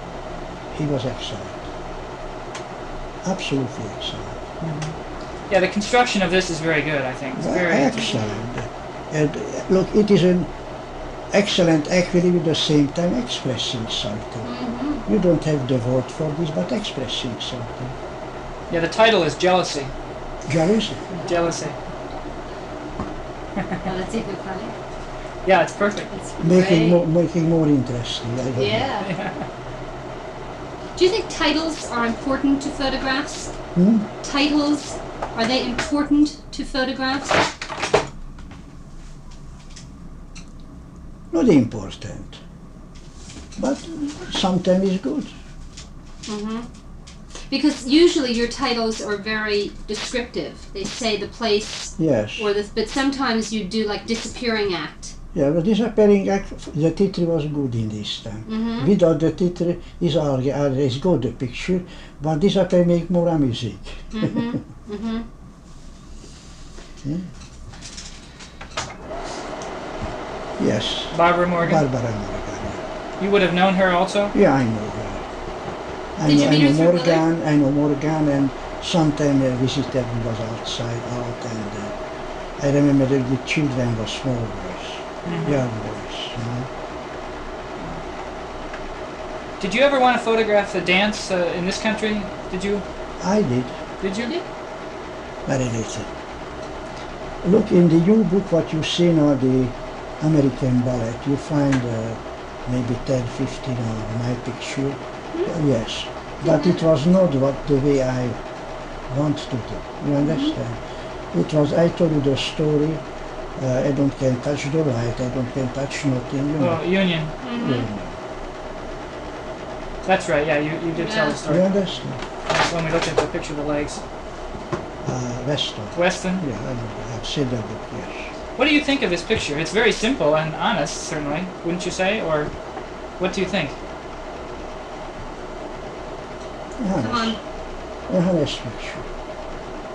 A: He was excellent. Absolutely excellent.
C: Yeah, the construction of this is very good, I think. It's very interesting.
A: excellent. And uh, look, it is an excellent equilibrium at the same time expressing something.
B: Mm-hmm.
A: You don't have the word for this, but expressing something.
C: Yeah, the title is Jealousy.
A: Jealousy.
C: Jealousy.
B: Well, that's even funny.
C: Yeah, it's perfect.
B: It's
A: Making
B: great.
A: more, making more interesting. I don't know.
B: Yeah. Do you think titles are important to photographs?
A: Hmm?
B: Titles are they important to photographs?
A: Not important. But sometimes it's good.
B: hmm Because usually your titles are very descriptive. They say the place
A: Yes.
B: or the, but sometimes you do like disappearing act.
A: Yeah, but disappearing act, the titre was good in this time.
B: hmm
A: Without the titre, is already, already is good the picture, but disappear make more music.
B: hmm hmm
A: Yes,
C: Barbara Morgan.
A: Barbara Morgan.
C: You would have known her also.
A: Yeah, I know her. I
B: Did
A: know,
B: you
A: I
B: meet her
A: know
B: through Willard?
A: Morgan, I know Morgan, and sometimes I visit her was outside out, and uh, I remember the, the children were small boys,
B: Mhm.
A: young boys. You know?
C: Did you ever want to photograph the dance uh, in this country? Did you?
A: I did.
C: Did you?
A: very little. Look in the U book what you see now, the American ballet, you find uh, maybe 10, 15 on my picture. Yes, but it was not what the way I want to
B: Mm-hmm.
A: do. You understand? It was I told you the story. Uh, I don't can touch the light. I don't can touch nothing. You know.
C: Oh, Union.
B: Mm-hmm.
A: You know.
C: That's right. Yeah, you, you did
B: Yeah.
C: tell the
A: You
C: story
A: understand?
C: when we looked at the picture of the legs.
A: Uh, Weston.
C: Weston.
A: Yeah, I know. I've seen the book. Yes.
C: What do you think of this picture? It's very simple and honest, certainly, wouldn't you say? Or what do you think?
B: Come on.
A: Johannes. Johannes picture.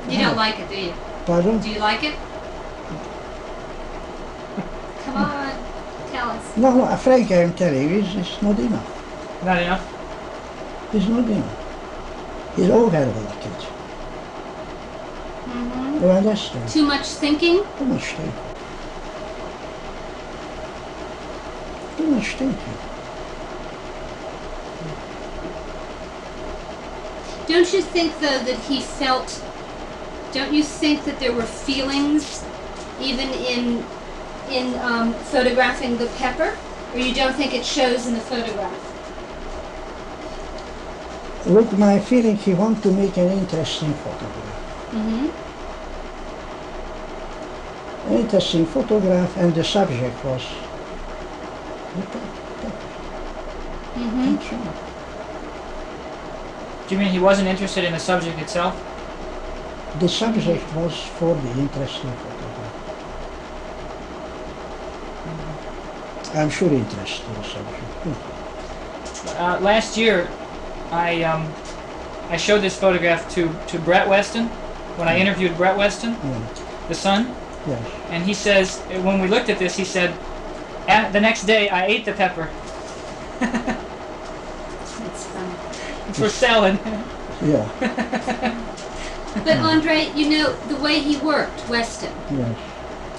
B: You don't like it, do you?
A: Pardon?
B: Do you like it? Come on, tell us.
A: No, no, Frank, I'm telling you, it's, it's not enough.
C: Not enough.
A: It's not enough. It's overworked.
B: hmm
A: You understand?
B: Too much thinking.
A: Too much thinking. Too much thinking.
B: Don't you think though that he felt? Don't you think that there were feelings, even in in um, photographing the pepper, or you don't think it shows in the photograph?
A: Look, my feeling, he want to make an interesting photograph.
B: Mm-hmm.
A: An interesting photograph, and the subject was the pet-
B: Mm-hmm.
A: pet shop.
C: Do you mean he wasn't interested in the subject itself?
A: The subject was for the interesting photograph. I'm sure interesting subject.
C: Uh, last year, I um, I showed this photograph to to Brett Weston when I interviewed Brett Weston,
A: Yeah,
C: the son,
A: Yes.
C: and he says when we looked at this, he said, "At- the next day I ate the pepper
B: That's funny.
C: for selling.
A: Yeah.
B: But Andre, you know the way he worked, Weston.
A: Yes.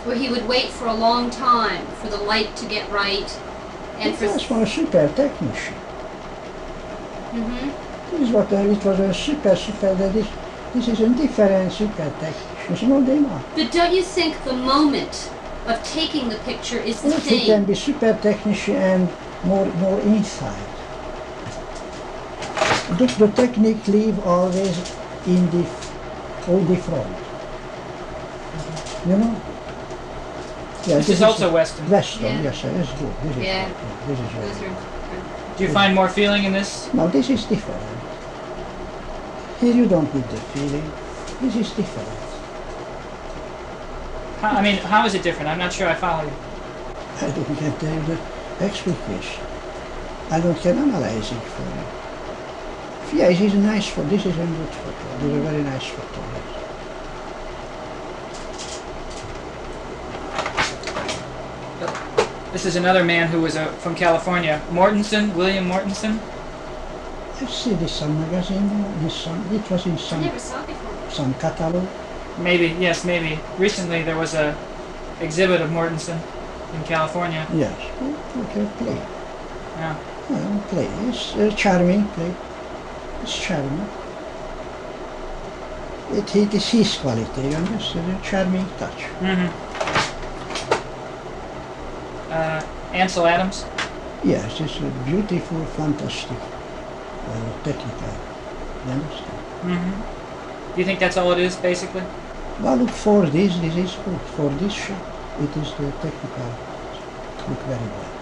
B: where he would wait for a long time for the light to get right and for
A: That's was a super technician.
B: hmm
A: This is what uh, it was a super super that is this is a different super technician. It's not enough.
B: but don't you think the moment of taking the picture is the
A: Yes, he can
B: same
A: be super technician and more more inside. The, the technique leave always in the all the front. You know? Yeah,
C: This Dus is also Weston.
A: Western,
B: Yeah.
A: yes, yes, it's good. This is
B: Yeah.
A: good, yeah, This is
B: Those
A: very
B: are-
C: Do you find more feeling in this?
A: Now this is different. Here you don't need the feeling. This is different.
C: How, I mean, how is it different? I'm not sure I follow you.
A: I don't can tell you the explanation. I don't can analyze it for you. Yeah, it is a nice photo. This is a good photo. This is a very nice photo. yes.
C: This is another man who was uh, from California, Mortensen, William Mortensen.
A: I see this some magazine. uh, This some, it was in
D: I
A: some
D: never saw it before.
A: some catalog.
C: Maybe yes, maybe recently there was a exhibit of Mortensen in California.
A: Yes. Oh, Okay, play.
C: Yeah.
A: Well, play. It's uh, charming play. It's charming. It, it is his quality, you understand? A charming touch.
C: hmm Uh, Ansel Adams.
A: Yes, it's a beautiful, fantastic uh, technical. You understand?
C: Mm-hmm. Do you think that's all it is, basically?
A: Well, look for this, this is good. For this shot, it is the technical. Look very well.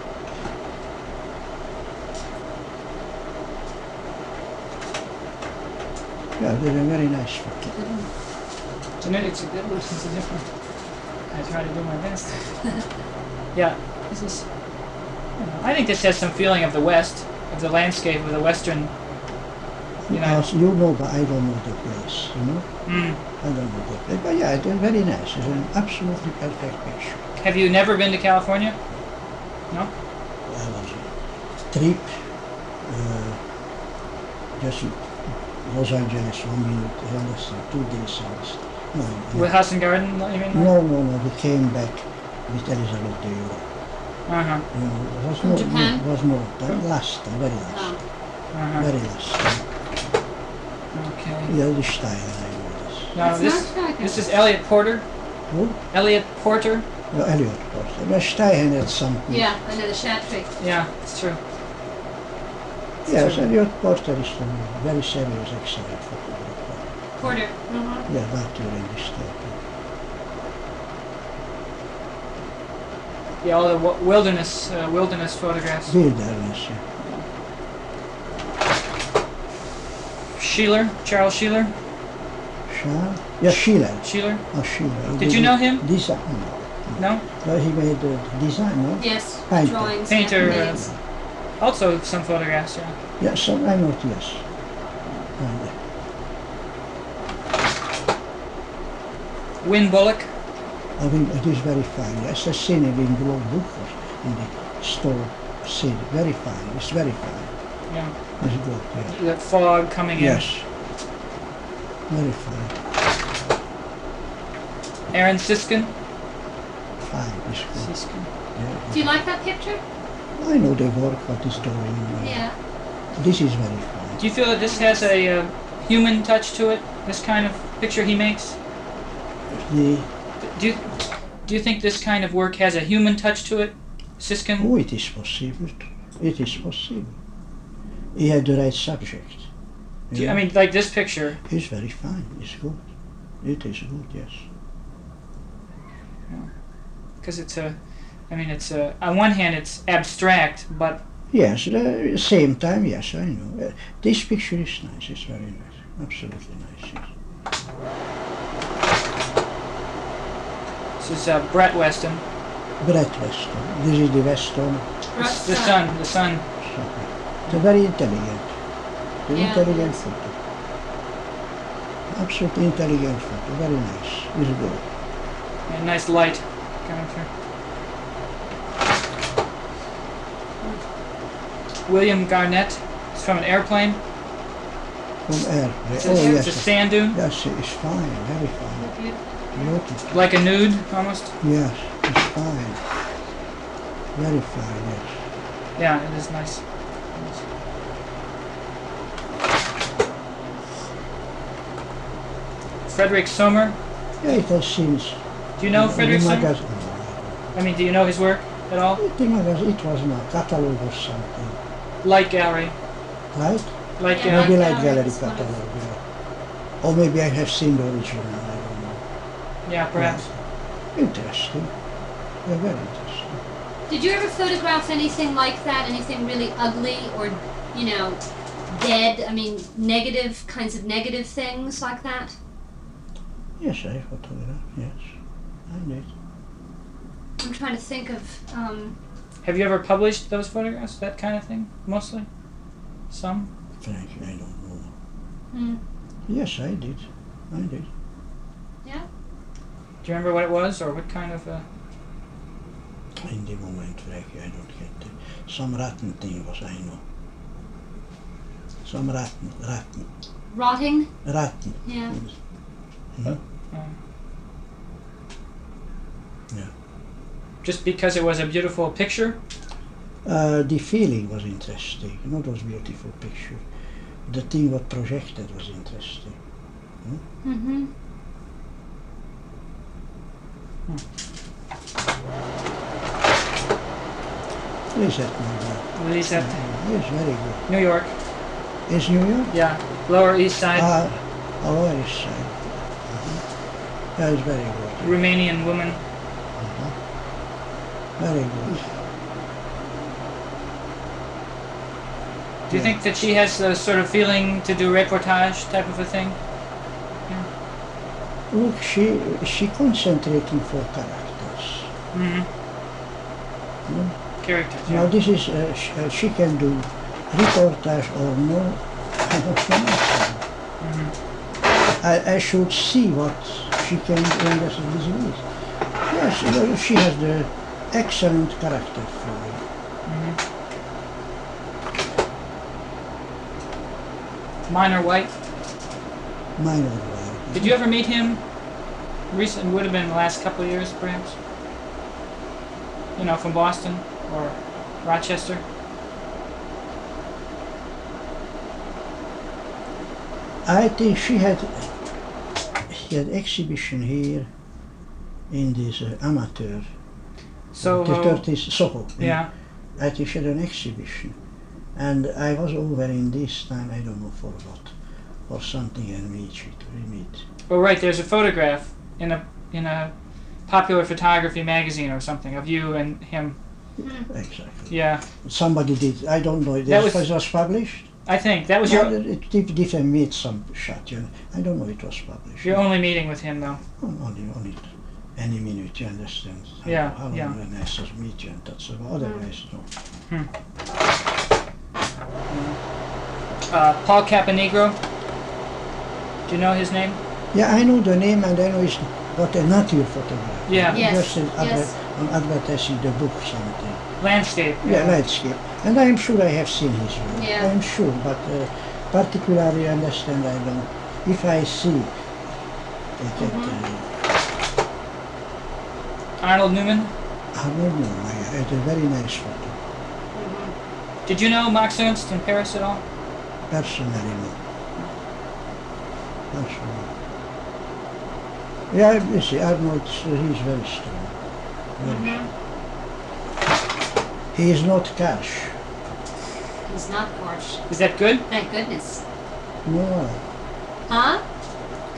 A: Yeah, they were very nice people.
C: It's an, it's a good one. It's a different. I try to do my best. yeah, this is. I, don't know. I think this has some feeling of the West, of the landscape of the Western. You know.
A: Because you know, but I don't know the place, you know?
C: Mm.
A: I don't know the place. But yeah, they're very nice. It's an absolutely perfect picture.
C: Have you never been to California?
A: I was a trip, uh, just Los Angeles, one minute, Hollister, two days Hollister. No,
C: With House and Garden? You mean?
A: no, no, no, we came back with Elizabeth to Europe.
C: Uh huh.
A: You know, it was
B: From
A: no,
B: Japan?
A: No, it was no, that last, time, very last,
B: Um,
C: Uh huh.
A: very last. time.
C: Okay.
A: Yeah, this time I know this.
C: Now
B: It's
C: this
B: not Chicago.
C: this is Elliot Porter.
A: Who?
C: Elliot Porter.
A: No, Elliot Porter. But Steichen had something.
B: yeah, another shad tree.
C: Yeah, it's true.
A: Yes, Elliot Porter is a very serious, excellent photographer.
B: Quarter. Uh-huh.
A: Yeah, that during this time.
C: Yeah, all the w- wilderness uh, wilderness photographs.
A: Wilderness, yeah.
C: Sheeler, Charles Sheeler,
A: Shah? Yeah, Schiller.
C: Sheeler.
A: Oh, Schiller.
C: Did you know him?
A: Design. No.
C: No,
A: Well, he made the design, no?
B: Yes,
A: Painter.
B: drawings.
C: Painter, uh,
B: names.
C: also some photographs. Yeah.
A: Yes, so I know it, yes. And, uh,
C: Win Bullock.
A: I think it is very fine. Yes, the scene in Globe Bookers in the store scene. Very fine. It's very fine.
C: Yeah.
A: It's good, yeah.
C: That fog coming in.
A: Yes. Very fine.
C: Aaron Siskin.
A: Fine. It's good.
C: Siskin.
A: Yeah.
B: Do you like that picture?
A: I know the work, what is going on.
B: Yeah.
A: This is very fine.
C: Do you feel that this has a uh, human touch to it? This kind of picture he makes.
A: The,
C: Do you do you think this kind of work has a human touch to it, Siskin?
A: oh, it is possible. to- It is possible. He had the right subject.
C: Do you, I mean, like this picture.
A: It's very fine. It's good. It is good, yes.
C: because it's a i mean it's a on one hand it's abstract but
A: Yes, the same time, yes, I know. Uh, this picture is nice. It's very nice. Absolutely nice. Yes.
C: this is uh, brett weston
A: Brett Weston. This is the Weston.
C: the,
B: Rough
C: the
B: sun.
C: son the son
A: It's a very intelligent. The
B: Yeah,
A: intelligent
B: yes.
A: photo. Absolutely intelligent photo. Very nice. It's good.
C: a nice light coming through william garnett it's from an airplane
A: From air.
C: it's,
A: oh,
C: it's
A: yes.
C: a sand dune
A: Yes, it's fine. Very fine. Beautiful.
C: like a nude almost
A: Yes, it's fine. Very fine, yes.
C: yeah it is nice Frederick Sommer.
A: Yeah, it has since.
C: Do you know
A: the
C: Frederick Sommer?
A: magazine.
C: I mean, do you know his work at all?
A: I think it was, it was in a catalog or something,
C: Light gallery.
A: right?
C: Like
B: Yeah.
C: yeah.
A: Maybe
B: Gallery,
A: like gallery
B: it's one of-
A: catalog, yeah. Or maybe I have seen the original, I don't know.
C: yeah, perhaps.
A: Interesting. Yeah, very interesting.
B: Did you ever photograph anything like that? Anything really ugly or, you know, dead? I mean, negative kinds of negative things like that?
A: Yes, I photograph, yes. I did.
B: I'm trying to think of. Um,
C: Have you ever published those photographs? That kind of thing, mostly. Some.
A: Frankly, I don't know.
B: hmm,
A: Yes, I did. I did.
C: Do you remember what it was, or what kind of? Uh,
A: In the moment, frankly, I don't get it. Some rotten thing was I know. Some rotten, rotten,
B: rotting?
A: rotten.
B: Yeah.
C: just because it was a beautiful picture.
A: Uh, the feeling was interesting, not those beautiful picture. The thing what projected was interesting.
B: Mm-hmm.
A: Is that not
C: Released at
A: bad? Yes, very good.
C: New York.
A: Is New York?
C: Yeah, Lower East Side.
A: Ah, our Irish side. Mhm. That is very good.
C: Romanian woman.
A: Very good.
C: Do you think that she has the sort of feeling to do reportage type of a thing?
A: Look, she she concentrating for characters.
C: Mm-hmm. Characters.
A: Now
C: Yeah.
A: this is uh, she, uh, she can do reportage or no. I don't know.
C: Mm-hmm.
A: I, I should see what she can do in this this way. Yes, well, she has the excellent character for it.
C: Minor White.
A: Minor white.
C: Did you ever meet him? Recent would have been the last couple of years, perhaps. You know, from Boston or Rochester.
A: I think she had she had exhibition here in this uh, amateur.
C: So
A: the 30s Soho. in
C: yeah,
A: I teach at an exhibition, and I was over in this time. I don't know for what, or something. And meet it, we meet.
C: Oh, right. There's a photograph in a in a popular photography magazine or something of you and him.
A: Exactly.
C: Yeah,
A: Somebody did. I don't know. It
C: That
A: was,
C: was-
A: was published.
C: I think that was
A: No,
C: your
A: it did give a meet some shot. You know. I don't know. It was published.
C: your only meeting with him, though.
A: On- Only, only any minute. You understand? How-
C: Yeah,
A: How long
C: yeah. Hmm.
A: when I says meet you and that's about. Otherwise, no.
C: Uh, Paul Caponegro. Do you know his name?
A: Yeah, I know the name and I know it's what a nature photograph.
C: Yeah.
B: Yes,
A: Just an adver-
B: yes.
A: an advertising the book something.
C: Landscape.
A: Yeah, landscape. And I'm sure I have seen his work.
B: Yeah.
A: I'm sure, but uh, particularly understand I don't. If I see it, it, uh,
C: Arnold Newman.
A: I will know. I had a very nice photo.
C: Did you know Max Ernst in Paris at all?
A: Personally, no. Personally. Yeah, you see, Arnold, uh, he's very strong. Very
B: Mm-hmm.
A: strong. He is not cash.
B: He's not harsh.
C: Is that good?
B: Thank goodness.
A: No,
B: Huh?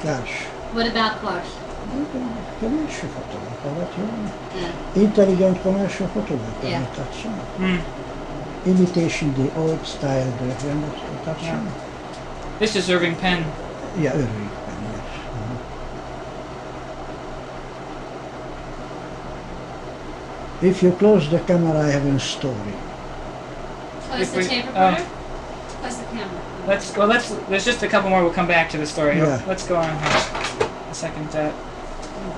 A: cash.
B: What about harsh?
A: Commercial photographer, what you want?
B: Yeah.
A: Intelligent commercial photographer,
B: Yeah.
A: not that song.
C: Mm.
A: Hmm. Imitation the old style, the not that
C: Yeah.
A: song.
C: This is Irving Penn.
A: Yeah, Irving Penn, yes. mhm. If you close the camera, I have a story.
B: Close
C: If
B: the
C: we-
B: tape
C: oh.
B: recorder. Close the camera.
C: Let's well, let's. There's just a couple more. We'll come back to the story.
A: Yeah.
C: Let's go on here. A second. Uh,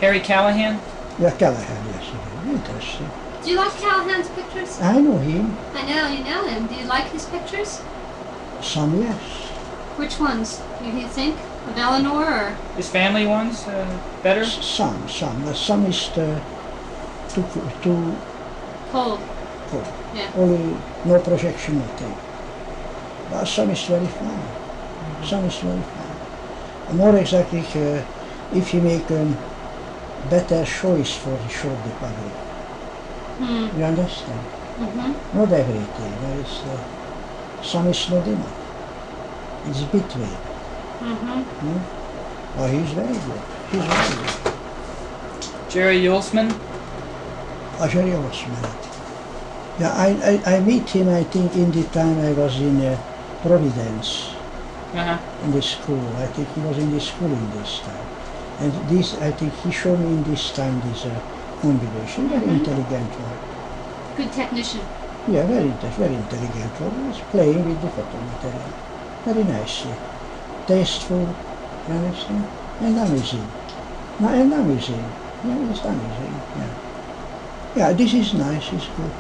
C: Harry Callahan.
A: Yeah, Callahan, yes, okay, interesting.
B: Do you like Callahan's pictures?
A: I know him,
B: I know you know him. Do you like his pictures?
A: some yes,
B: Which ones? Do you think of Eleanor or?
C: His family ones uh, better.
A: s- some, some. Uh, Some is uh, too, co- too
B: Cold.
A: full.
B: Yeah.
A: Only no projection will take. But some is very fine. Some is very fine. More exactly, uh, if you make a better choice for the show the public.
B: Hmm.
A: You understand?
B: Mm-hmm.
A: Not everything. There is, uh, some is not enough. It's between.
B: Mm-hmm.
A: Oh, he's very good. He's very good.
C: Jerry Yulesman.
A: A very awesome man. Yeah, I, I, I meet him, I think, in the time I was in uh, Providence.
C: Uh huh.
A: in the school. I think he was in the school in this time. And this, I think he showed me in this time this uh, combination. Very intelligent one.
B: Good technician.
A: Yeah, very, inte- very intelligent one. He was playing with the photo material. Very nicely. Tasteful, you understand? And amusing. No, and amusing. Yeah, it's amusing. Yeah. Yeah, this is nice, it's good.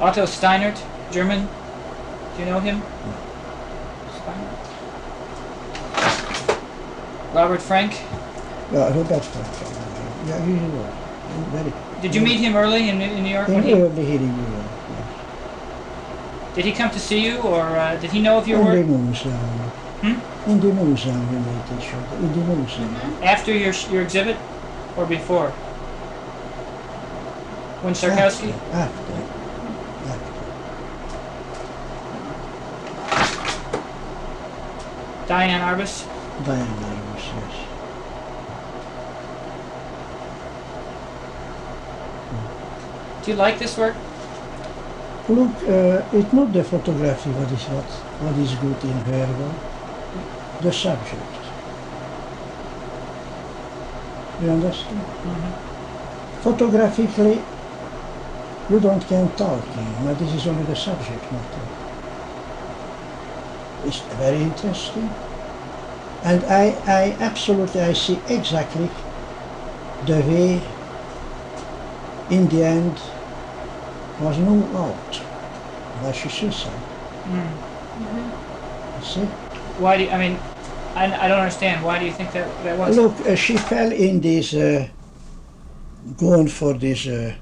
C: Otto Steinert, German. Do you know him? Steinert. Robert Frank.
A: Yeah, Robert Frank. Yeah, he was. Very.
C: Did you meet him early in, in New York? When
A: In
C: he,
A: early hearing you were. Yeah.
C: did he come to see you, or uh, did he know of your
A: in the
C: work Hmm?
A: museum. In the museum we met each other. In the museum.
C: after your sh- your exhibit, or before? When Sarkowski.
A: After. After. after.
C: Diane Arbus.
A: Diana was yes.
C: Do you like this work?
A: look, uh, it's not the photography what is what, what is good in Vergo, the subject. You understand? Photographically, you don't can talk, you know, but this is only the subject matter. It's very interesting. And I, I absolutely, I see exactly the way in the end was no out by she suicide.
C: Mm.
A: You see?
C: Why do you, I mean, I, I don't understand. Why do you think that, that was?
A: Look, uh, she fell in this, uh, going for this uh,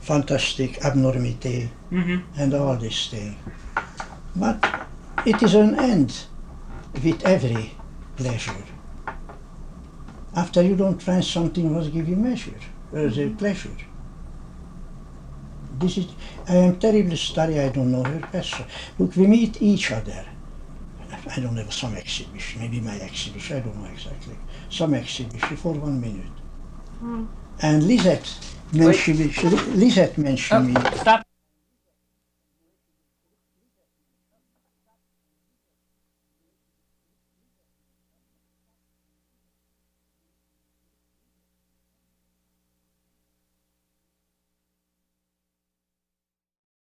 A: fantastic abnormity
C: hmm
A: and all this thing. But it is an end with every pleasure. After you don't find something what give you measure, uh, the pleasure. This is, I am terribly sorry I don't know her person. Look, we meet each other. I don't have some exhibition, maybe my exhibition, I don't know exactly. Some exhibition for one minute. And Lisette mentioned, Lisette mentioned me.
C: Stop.